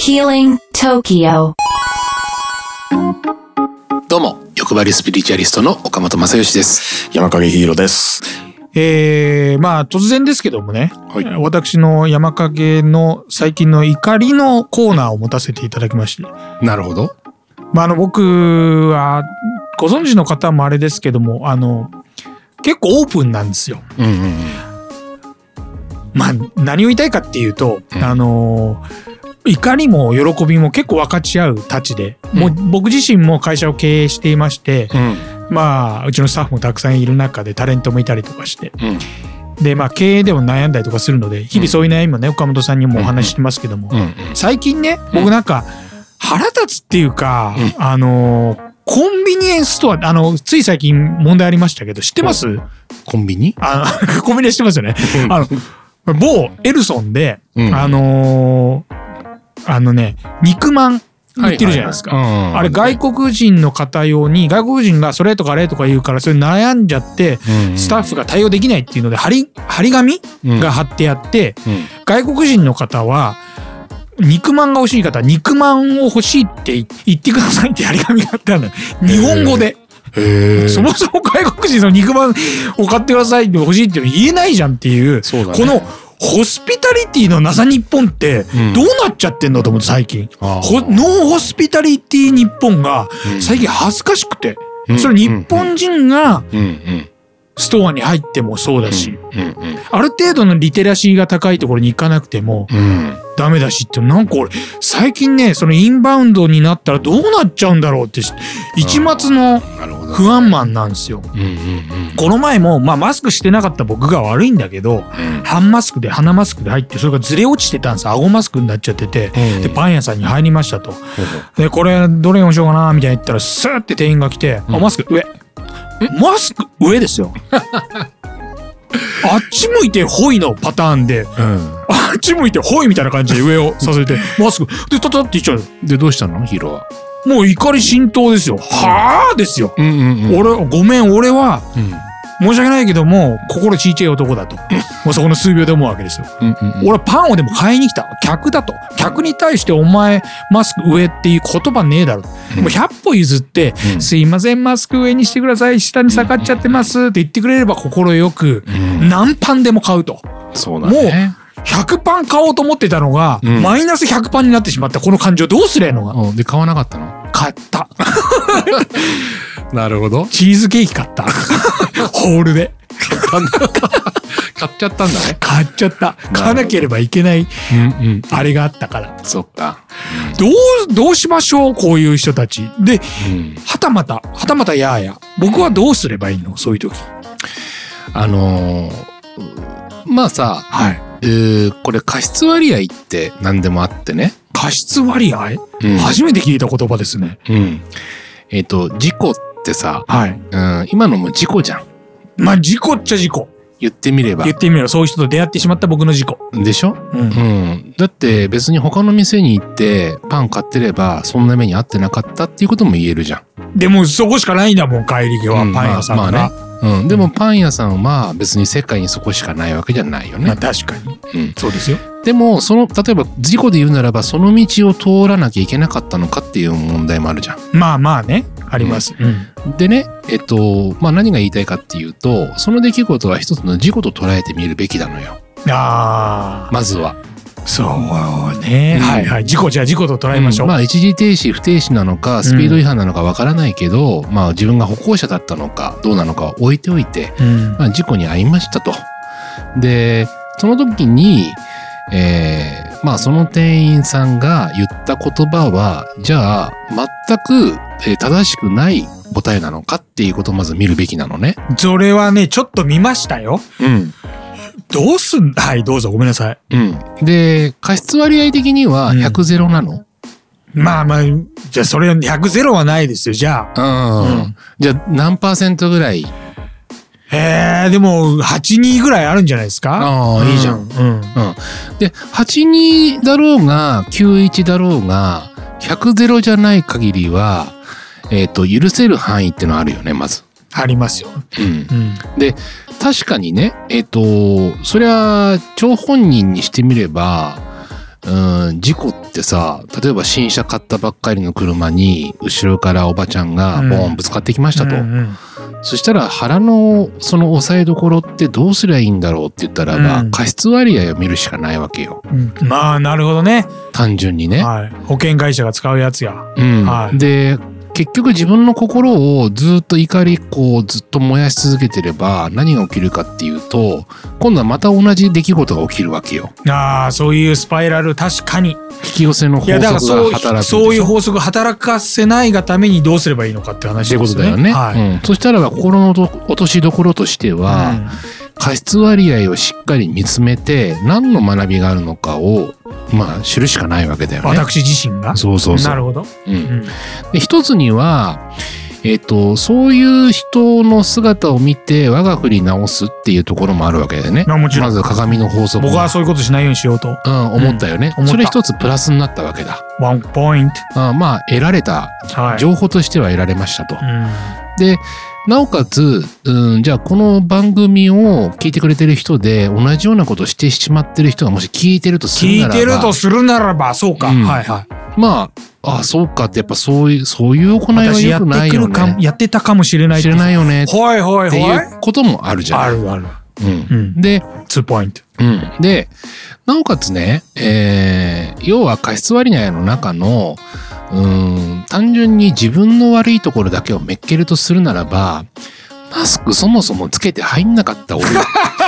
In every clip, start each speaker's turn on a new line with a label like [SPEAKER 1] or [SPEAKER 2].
[SPEAKER 1] Healing Tokyo.
[SPEAKER 2] どうも、欲張りスピリチュアリストの岡本正義です。
[SPEAKER 3] 山影ヒーローです。
[SPEAKER 4] えー、まあ突然ですけどもね、
[SPEAKER 2] はい
[SPEAKER 4] 私の山影の最近の怒りのコーナーを持たせていただきまして、
[SPEAKER 2] なるほど。
[SPEAKER 4] まあ、あの僕はご存知の方もあれですけどもあの結構オープンなんですよ。
[SPEAKER 2] うんうんうん。
[SPEAKER 4] まあ、何を言いたいかっていうと、
[SPEAKER 2] うん
[SPEAKER 4] あの怒りも喜びも結構分かち合うたちで、もう僕自身も会社を経営していまして、まあうちのスタッフもたくさんいる中でタレントもいたりとかして
[SPEAKER 2] うん。うん。
[SPEAKER 4] でまあ経営でも悩んだりとかするので日々そういう悩みもね岡本さんにもお話ししてますけども、
[SPEAKER 2] うん。
[SPEAKER 4] 最近ね
[SPEAKER 2] う
[SPEAKER 4] 僕なんか腹立つっていうか、
[SPEAKER 2] う
[SPEAKER 4] あのコンビニエンスストアあのつい最近問題ありましたけど知ってます、
[SPEAKER 2] コンビニ
[SPEAKER 4] あの コンビニエンス知ってますよね
[SPEAKER 2] うん
[SPEAKER 4] あの某エルソンで、
[SPEAKER 2] うん
[SPEAKER 4] あのーあのね肉まん売ってるじゃないですか、あれ外国人の方用に外国人がそれとかあれとか言うからそれ悩んじゃってスタッフが対応できないっていうので張り張り紙
[SPEAKER 2] フ
[SPEAKER 4] が、貼ってあって
[SPEAKER 2] うんうん
[SPEAKER 4] 外国人の方は肉まんが欲しい方は肉まんを欲しいって言ってくださいって張り紙があったのよ日本語で、
[SPEAKER 2] へえ。
[SPEAKER 4] そもそも外国人の肉まんを買ってくださいって欲しいって言えないじゃんっていう
[SPEAKER 2] そうだね
[SPEAKER 4] このホスピタリティのなさ日本って
[SPEAKER 2] うん
[SPEAKER 4] どうなっちゃってんだと思って最近、
[SPEAKER 2] あー
[SPEAKER 4] ほノンホスピタリティ日本が
[SPEAKER 2] うん
[SPEAKER 4] 最近恥ずかしくて、
[SPEAKER 2] うん
[SPEAKER 4] それ日本人が
[SPEAKER 2] うんうん。
[SPEAKER 4] ストアに入ってもそうだし、
[SPEAKER 2] うんうん
[SPEAKER 4] ある程度のリテラシーが高いところに行かなくても
[SPEAKER 2] うん。
[SPEAKER 4] ダメだしってなんか俺最近ねそのインバウンドになったらどうなっちゃうんだろうってし一末の
[SPEAKER 2] なるほど。
[SPEAKER 4] 不安マンなんですよ。
[SPEAKER 2] うんうんうん。
[SPEAKER 4] この前も、まあ、マスクしてなかった僕が悪いんだけど、半マスクで鼻マスクで入ってそれがずれ落ちてたんです顎マスクになっちゃってて、
[SPEAKER 2] うん
[SPEAKER 4] でパン屋さんに入りましたと、でこれどれにしようかなみたいな言ったらスーって店員が来て「
[SPEAKER 2] うん
[SPEAKER 4] あマスク上」マスク上ですよ あっち向いてホイのパターンで
[SPEAKER 2] うん。
[SPEAKER 4] あっち向いてホイみたいな感じで上をさせて マスクでタタって言っちゃうの
[SPEAKER 2] で、どうしたのヒーローは。
[SPEAKER 4] もう怒り浸透ですよはあですよ、
[SPEAKER 2] うんうんうん。
[SPEAKER 4] 俺ごめん俺は
[SPEAKER 2] うん
[SPEAKER 4] 申し訳ないけども心ちいちゃい男 だともうそこの数秒で思うわけですよ
[SPEAKER 2] うんうん
[SPEAKER 4] 俺はパンをでも買いに来た客だと客に対してお前マスク上っていう言葉ねえだろもう100歩譲って
[SPEAKER 2] うん
[SPEAKER 4] すいませんマスク上にしてください下に下がっちゃってますって言ってくれれば心よく
[SPEAKER 2] うん。
[SPEAKER 4] 何パンでも買うと
[SPEAKER 2] そうだ
[SPEAKER 4] もう
[SPEAKER 2] ね。
[SPEAKER 4] 100パン買おうと思ってたのが
[SPEAKER 2] うん
[SPEAKER 4] マイナス100パンになってしまったこの感情どうすりゃいいのが
[SPEAKER 2] うんで、買わなかったの
[SPEAKER 4] 買った
[SPEAKER 2] なるほど。
[SPEAKER 4] チーズケーキ買った ホールで
[SPEAKER 2] 買っちゃったんだね。
[SPEAKER 4] 買っちゃった買わなければいけない
[SPEAKER 2] うんうん。
[SPEAKER 4] あれがあったから
[SPEAKER 2] そっか。
[SPEAKER 4] どう、どうしましょうこういう人たち。で、
[SPEAKER 2] うん。
[SPEAKER 4] はたまた、はたまたやーや。僕はどうすればいいのそういう時。
[SPEAKER 2] あのーまあさ、
[SPEAKER 4] はい。
[SPEAKER 2] えーこれ過失割合って何でもあってね。
[SPEAKER 4] 過失割合、
[SPEAKER 2] うん
[SPEAKER 4] 初めて聞いた言葉ですね。
[SPEAKER 2] うんえっ、と、事故ってさ、
[SPEAKER 4] はい。
[SPEAKER 2] うん、今のも事故じゃん。
[SPEAKER 4] まあ、事故っちゃ事故。
[SPEAKER 2] 言ってみれば
[SPEAKER 4] 言。ってみれば、そういう人と出会ってしまった僕の事故。
[SPEAKER 2] でしょ
[SPEAKER 4] うん
[SPEAKER 2] う。ん。だって別に他の店に行ってパン買ってればそんな目に遭ってなかったっていうことも言えるじゃん。
[SPEAKER 4] でも、そこしかないんだもん、帰り際、
[SPEAKER 2] うん
[SPEAKER 4] パン屋さんが。
[SPEAKER 2] まあ
[SPEAKER 4] ま
[SPEAKER 2] ま
[SPEAKER 4] あ
[SPEAKER 2] あうん。でもパン屋さんは別に世界にそこしかないわけじゃないよね。
[SPEAKER 4] 確かに。
[SPEAKER 2] うん。
[SPEAKER 4] そうですよ。
[SPEAKER 2] でも、その、例えば事故で言うならばその道を通らなきゃいけなかったのかっていう問題もあるじゃん。
[SPEAKER 4] まあまあね、あります。うん。
[SPEAKER 2] でね、えっと、まあ、何が言いたいかっていうと、その出来事は一つの事故と捉えてみるべきなのよ。
[SPEAKER 4] ああ、
[SPEAKER 2] まずは。
[SPEAKER 4] そうね、
[SPEAKER 2] うん
[SPEAKER 4] はいはい。事故じゃあ事故と捉えましょう。
[SPEAKER 2] んまあ、一時停止、不停止なのか、スピード違反なのかわからないけど、まあ、自分が歩行者だったのか、どうなのかを置いておいて、
[SPEAKER 4] うん
[SPEAKER 2] まあ、事故に遭いましたと。で、その時に、えーまあ、その店員さんが言った言葉は、じゃあ、全く、えー正しくない答えなのかっていうことをまず見るべきなのね。
[SPEAKER 4] それはね、ちょっと見ましたよ。
[SPEAKER 2] うん。
[SPEAKER 4] どうすんだはい、どうぞ、ごめんなさい。
[SPEAKER 2] うん。で、過失割合的には
[SPEAKER 4] うん
[SPEAKER 2] 100ゼロなの。
[SPEAKER 4] まあまあ、じゃあそれ100ゼロはないですよ、じゃあ。
[SPEAKER 2] うん。
[SPEAKER 4] うん
[SPEAKER 2] じゃあ何パーセントぐらい
[SPEAKER 4] えー、でも、82ぐらいあるんじゃないですか
[SPEAKER 2] ああ、いいじゃ。
[SPEAKER 4] うんん。うん
[SPEAKER 2] で、82だろうが、91だろうが、100ゼロじゃない限りは、えっ、と、許せる範囲ってのあるよね、まず。
[SPEAKER 4] ありますよ。
[SPEAKER 2] うん
[SPEAKER 4] う。ん。
[SPEAKER 2] 確かにね、えっ、と、そりゃ、張本人にしてみれば、うん、事故ってってさ、例えば新車買ったばっかりの車に、後ろからおばちゃんがボーンぶつかってきましたと。
[SPEAKER 4] うんうん
[SPEAKER 2] そしたら腹のその押さえどころってどうすりゃいいんだろうって言ったらば、
[SPEAKER 4] うん
[SPEAKER 2] 過失割合を見るしかないわけよ。
[SPEAKER 4] うんまあなるほどね、
[SPEAKER 2] 単純にね。
[SPEAKER 4] はい、保険会社が使うやつや
[SPEAKER 2] うん
[SPEAKER 4] はい
[SPEAKER 2] で結局自分の心をずっと怒りこうずっと燃やし続けてれば何が起きるかっていうと今度はまた同じ出来事が起きるわけよ。
[SPEAKER 4] ああそういうスパイラル確かに
[SPEAKER 2] 引き寄せの法
[SPEAKER 4] いや
[SPEAKER 2] 則
[SPEAKER 4] だ
[SPEAKER 2] が
[SPEAKER 4] からそう
[SPEAKER 2] 働くんでしょ
[SPEAKER 4] そういう法則働かせないがためにどうすればいいのかって
[SPEAKER 2] っ
[SPEAKER 4] 話
[SPEAKER 2] ていう
[SPEAKER 4] で
[SPEAKER 2] こと
[SPEAKER 4] す
[SPEAKER 2] だよね。
[SPEAKER 4] はい
[SPEAKER 2] うん、そしたらば心のど落としどころとしては、過失割合をしっかり見つめて何の学びがあるのかをまあ知るしかないわけだよ
[SPEAKER 4] うん
[SPEAKER 2] ね。
[SPEAKER 4] 私自身が
[SPEAKER 2] そうそうそ
[SPEAKER 4] な
[SPEAKER 2] う。
[SPEAKER 4] るほど、
[SPEAKER 2] うん
[SPEAKER 4] うん
[SPEAKER 2] で一つには、えっとそういう人の姿を見て我が振り直すっていうところもあるわけでね
[SPEAKER 4] まあもちろん
[SPEAKER 2] まず鏡の法則
[SPEAKER 4] 僕はそういうことしないようにしようと
[SPEAKER 2] うん、思ったよね、
[SPEAKER 4] うん思った
[SPEAKER 2] それ一つプラスになったわけだ
[SPEAKER 4] ワンポイント
[SPEAKER 2] あまあ得られた
[SPEAKER 4] はい、
[SPEAKER 2] 情報としては得られましたと、
[SPEAKER 4] う
[SPEAKER 2] でなおかつ、うん、じゃあこの番組を聞いてくれてる人で同じようなことをしてしまってる人がもし聞いてると
[SPEAKER 4] ん、
[SPEAKER 2] する
[SPEAKER 4] 聞
[SPEAKER 2] ないらば
[SPEAKER 4] てるとするならばそうか、
[SPEAKER 2] うん
[SPEAKER 4] はいはい
[SPEAKER 2] まああそうかってやっぱそういうそういう行いは
[SPEAKER 4] 私や
[SPEAKER 2] 良
[SPEAKER 4] っ
[SPEAKER 2] くない
[SPEAKER 4] てく
[SPEAKER 2] よ
[SPEAKER 4] るかも
[SPEAKER 2] ね
[SPEAKER 4] やってたかもしれない
[SPEAKER 2] 知らないよねっ
[SPEAKER 4] はいはい
[SPEAKER 2] て
[SPEAKER 4] はい
[SPEAKER 2] いうこともあるじゃ
[SPEAKER 4] あ
[SPEAKER 2] ん。
[SPEAKER 4] るある
[SPEAKER 2] うん
[SPEAKER 4] うん
[SPEAKER 2] で、
[SPEAKER 4] 2ポイント
[SPEAKER 2] うん。で、なおかつね、えー要は過失割合の中の、うーん、単純に自分の悪いところだけをめっけるとするならば、マスクそもそもつけて入んなかった俺、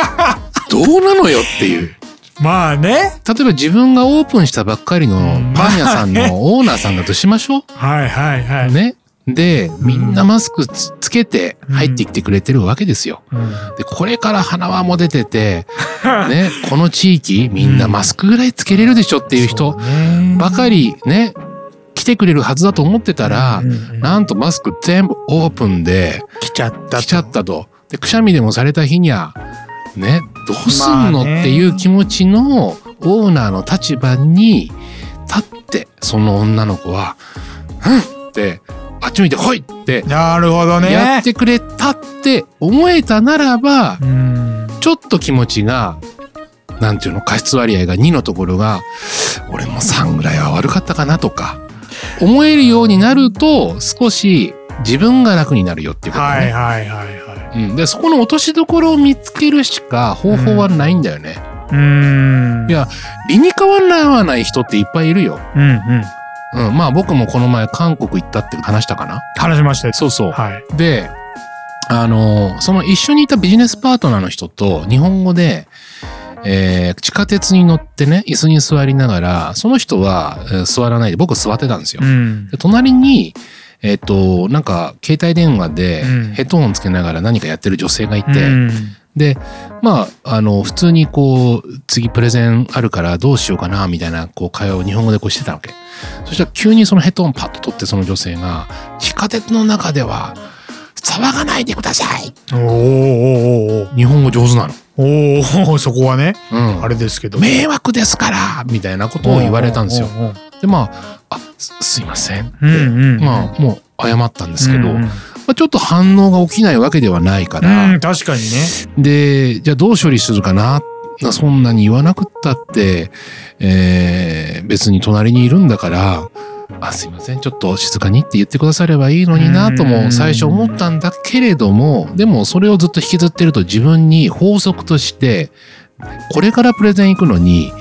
[SPEAKER 2] どうなのよっていう。
[SPEAKER 4] まあね
[SPEAKER 2] 例えば自分がオープンしたばっかりのパン屋さん
[SPEAKER 4] まあ ね
[SPEAKER 2] のオーナーさんだとしましょう。
[SPEAKER 4] はいはいはい、
[SPEAKER 2] ね。で、みんなマスクつつけて入ってきてくれてるわけですよ。
[SPEAKER 4] うん
[SPEAKER 2] で、これから花輪も出てて、ね、この地域みんなマスクぐらいつけれるでしょっていう人ばかりね、来てくれるはずだと思ってたら
[SPEAKER 4] う、んうんうん
[SPEAKER 2] なんとマスク全部オープンで
[SPEAKER 4] 来ちゃったと
[SPEAKER 2] 来ちゃったと。で、くしゃみでもされた日には、ね、どうすんの
[SPEAKER 4] まあ
[SPEAKER 2] っ
[SPEAKER 4] ね
[SPEAKER 2] ていう気持ちのオーナーの立場に立って、その女の子は、うんって、あっち向いて来いって、
[SPEAKER 4] なるほどね
[SPEAKER 2] やってくれたって思えたならば、
[SPEAKER 4] うん
[SPEAKER 2] ちょっと気持ちが、なんていうの、過失割合が2のところが、俺も3ぐらいは悪かったかなとか、思えるようになると、少し自分が楽になるよっていうことね。
[SPEAKER 4] はいはいはいは
[SPEAKER 2] うん、でそこの落としどころを見つけるしか方法はないんだよね。
[SPEAKER 4] いうん
[SPEAKER 2] いや理にかわらない人っていっぱいいるよ。
[SPEAKER 4] うんうん
[SPEAKER 2] うん、まあ僕もこの前韓国行ったって話したかな。
[SPEAKER 4] 話しましたよ
[SPEAKER 2] そうそう。
[SPEAKER 4] はい
[SPEAKER 2] で、あの、その一緒にいたビジネスパートナーの人と日本語で、えー地下鉄に乗ってね、椅子に座りながら、その人は、えー座らないで、僕座ってたんですよ。
[SPEAKER 4] うん
[SPEAKER 2] で隣に、えっ、と、なんか、携帯電話で
[SPEAKER 4] うん
[SPEAKER 2] ヘッドホンつけながら何かやってる女性がいて、
[SPEAKER 4] うん
[SPEAKER 2] で、まあ、あの、普通にこう、次プレゼンあるからどうしようかな、みたいな、こう、会話を日本語でこうしてたわけ。そしたら急にそのヘッドホンパッと取ってその女性が、地下鉄の中では、騒がないでください
[SPEAKER 4] おーおーおーおー
[SPEAKER 2] 日本語上手なの。
[SPEAKER 4] おーおーそこはね
[SPEAKER 2] うん。
[SPEAKER 4] あれですけど
[SPEAKER 2] 迷惑ですからみたいなことを言われたんですよ。
[SPEAKER 4] うん
[SPEAKER 2] で、まあ、あ、すすいませんって。
[SPEAKER 4] うんうん
[SPEAKER 2] まあ、もう謝ったんですけど、
[SPEAKER 4] うんうん
[SPEAKER 2] まあ、ちょっと反応が起きないわけではないから、
[SPEAKER 4] うん確かにね
[SPEAKER 2] で、じゃあどう処理するかなそんなに言わなくったって、えー別に隣にいるんだから、あ、すいません、ちょっと静かにって言ってくださればいいのになと
[SPEAKER 4] う
[SPEAKER 2] も
[SPEAKER 4] ん
[SPEAKER 2] 最初思ったんだけれども、でもそれをずっと引きずってると自分に法則として、これからプレゼン行くのに、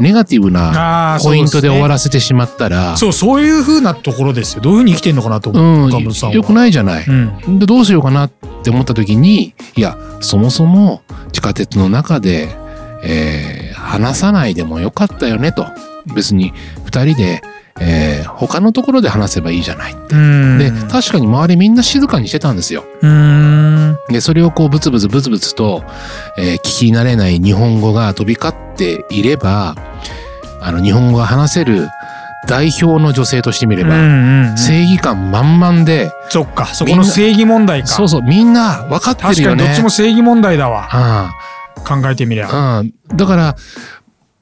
[SPEAKER 2] ネガティブな
[SPEAKER 4] あー
[SPEAKER 2] ポイントで終わ
[SPEAKER 4] ら
[SPEAKER 2] らせてしまったら、
[SPEAKER 4] そうそういうふうなところですよどういうふうに生きてんのかなと
[SPEAKER 2] う、
[SPEAKER 4] 思うん岡本さんは
[SPEAKER 2] よくないじゃない。
[SPEAKER 4] うん
[SPEAKER 2] で、どうしようかなって思った時に、いや、そもそも地下鉄の中で、えー話さないでもよかったよねと。別に二人で、えー他のところで話せばいいじゃない。
[SPEAKER 4] うん
[SPEAKER 2] で、確かに周りみんな静かにしてたんですよ。
[SPEAKER 4] うん
[SPEAKER 2] で、それをこうブツブツブツブツと、えー聞き慣れない日本語が飛び交っていれば、あの、日本語が話せる代表の女性としてみれ
[SPEAKER 4] うんう
[SPEAKER 2] ば、
[SPEAKER 4] んうん
[SPEAKER 2] 正義感満々で、
[SPEAKER 4] そっかそこ
[SPEAKER 2] みん
[SPEAKER 4] の
[SPEAKER 2] な
[SPEAKER 4] 正義問題か
[SPEAKER 2] そうそう、みんな分かってる
[SPEAKER 4] 確
[SPEAKER 2] よ
[SPEAKER 4] か
[SPEAKER 2] ね。
[SPEAKER 4] にどっちも正義問題だわ
[SPEAKER 2] あ
[SPEAKER 4] 考えてみりゃ
[SPEAKER 2] あ、うん。だから、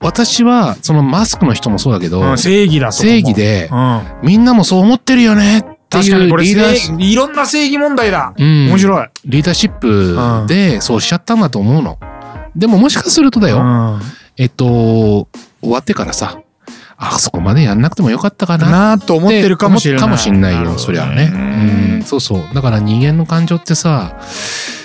[SPEAKER 2] 私は、そのマスクの人もそうだけど、
[SPEAKER 4] うん正義だそこも
[SPEAKER 2] 正義で
[SPEAKER 4] う、ん
[SPEAKER 2] みんなもそう思ってるよねって
[SPEAKER 4] 確
[SPEAKER 2] い
[SPEAKER 4] かにこ
[SPEAKER 2] う
[SPEAKER 4] れ
[SPEAKER 2] リーダーシ
[SPEAKER 4] 正いろんな正義問題だ
[SPEAKER 2] うん
[SPEAKER 4] 面白い
[SPEAKER 2] リーダーシップでそうしちゃったんだと思うの。でももしかするとだ
[SPEAKER 4] う
[SPEAKER 2] よ、
[SPEAKER 4] ん
[SPEAKER 2] えっと、終わってからさ、あそこまでやんなくてもよかったかな
[SPEAKER 4] なあと思ってるかもしれない。
[SPEAKER 2] かもしれないよ、
[SPEAKER 4] るほど
[SPEAKER 2] そりゃね。うん、そうそう。だから人間の感情ってさ、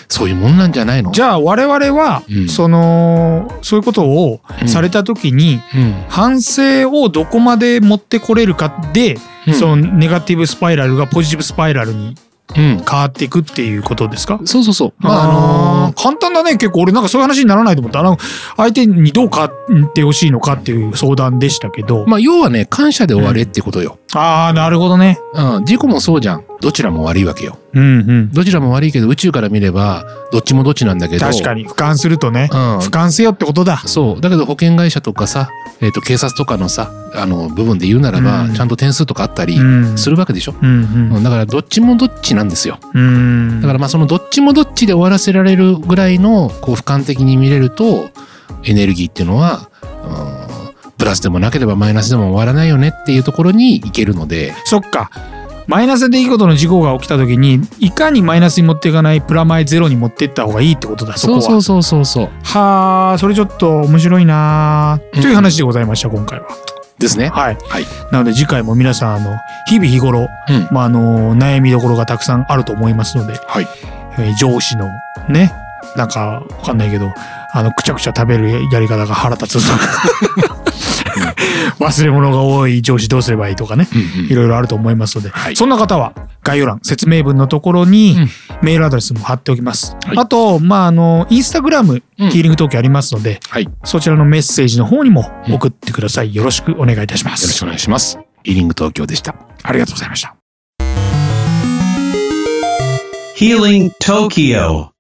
[SPEAKER 2] そういうもんなんじゃないの
[SPEAKER 4] じ
[SPEAKER 2] ゃ
[SPEAKER 4] ゃあ我々は、
[SPEAKER 2] うん
[SPEAKER 4] そのそういうことをされた時に、
[SPEAKER 2] うん。
[SPEAKER 4] 反省をどこまで持ってこれるかで、
[SPEAKER 2] うん
[SPEAKER 4] そのネガティブスパイラルがポジティブスパイラルに
[SPEAKER 2] うん。
[SPEAKER 4] 変わっていくっていうことですか
[SPEAKER 2] そうそうそう。まあ、あの
[SPEAKER 4] ー簡単だね結構俺なんかそういう話にならないと思ったあの相手にどう変わってほしいのかっていう相談でしたけど、
[SPEAKER 2] まあ、要はね、感謝で終われってことよ。
[SPEAKER 4] ああなるほどね
[SPEAKER 2] うん。事故もそうじゃん。どちらも悪いわけよ。
[SPEAKER 4] うんうん
[SPEAKER 2] どちらも悪いけど、宇宙から見れば、どっちもどっちなんだけど。
[SPEAKER 4] 確かに俯瞰するとね、
[SPEAKER 2] うん
[SPEAKER 4] 俯瞰せよってことだ
[SPEAKER 2] そう。だけど保険会社とかさ、えっ、と、警察とかのさ、あの、部分で言うならば、
[SPEAKER 4] うん
[SPEAKER 2] ちゃんと点数とかあったり
[SPEAKER 4] うん
[SPEAKER 2] するわけでしょ、
[SPEAKER 4] うん
[SPEAKER 2] うんだから、どっちもどっちなんですよ。
[SPEAKER 4] うんうん
[SPEAKER 2] だから、まあ、そのどっちもどっちで終わらせられるぐらいの、こう、俯瞰的に見れると、エネルギーっていうのは、うんプラスでもなければマイナスでも終わらないよねっていうところに行けるので、
[SPEAKER 4] そっか。マイナスでいいことの事故が起きた時にいかにマイナスに持っていかないプラマイゼロに持っていった方がいいってことだそこ
[SPEAKER 2] そ
[SPEAKER 4] は
[SPEAKER 2] うそうそうそうそう。
[SPEAKER 4] はあそれちょっと面白いなあ
[SPEAKER 2] うん
[SPEAKER 4] という話でございました今回は
[SPEAKER 2] ですね。
[SPEAKER 4] はい、
[SPEAKER 2] はい
[SPEAKER 4] なので次回も皆さんあの日々日頃、
[SPEAKER 2] うん
[SPEAKER 4] まあ、あの悩みどころがたくさんあると思いますので、
[SPEAKER 2] はい
[SPEAKER 4] えー上司のねなんかわかんないけどあのくちゃくちゃ食べるやり方が腹立つとか 忘れ物が多い上司どうすればいいとかね
[SPEAKER 2] うん
[SPEAKER 4] いろいろあると思いますので、
[SPEAKER 2] はい
[SPEAKER 4] そんな方は概要欄、説明文のところに
[SPEAKER 2] うん
[SPEAKER 4] メールアドレスも貼っておきます。
[SPEAKER 2] はい
[SPEAKER 4] あと、まあ、あの、インスタグラム、
[SPEAKER 2] うん
[SPEAKER 4] ヒーリング東京ありますので、
[SPEAKER 2] はい。よ
[SPEAKER 4] そちらのメッセージの方にも送ってください。よろしくお願いいたしま
[SPEAKER 2] ろしく
[SPEAKER 4] す。
[SPEAKER 2] お願いします。イーリング東京でした。
[SPEAKER 4] ありがとうございました。
[SPEAKER 3] Healing Tokyo.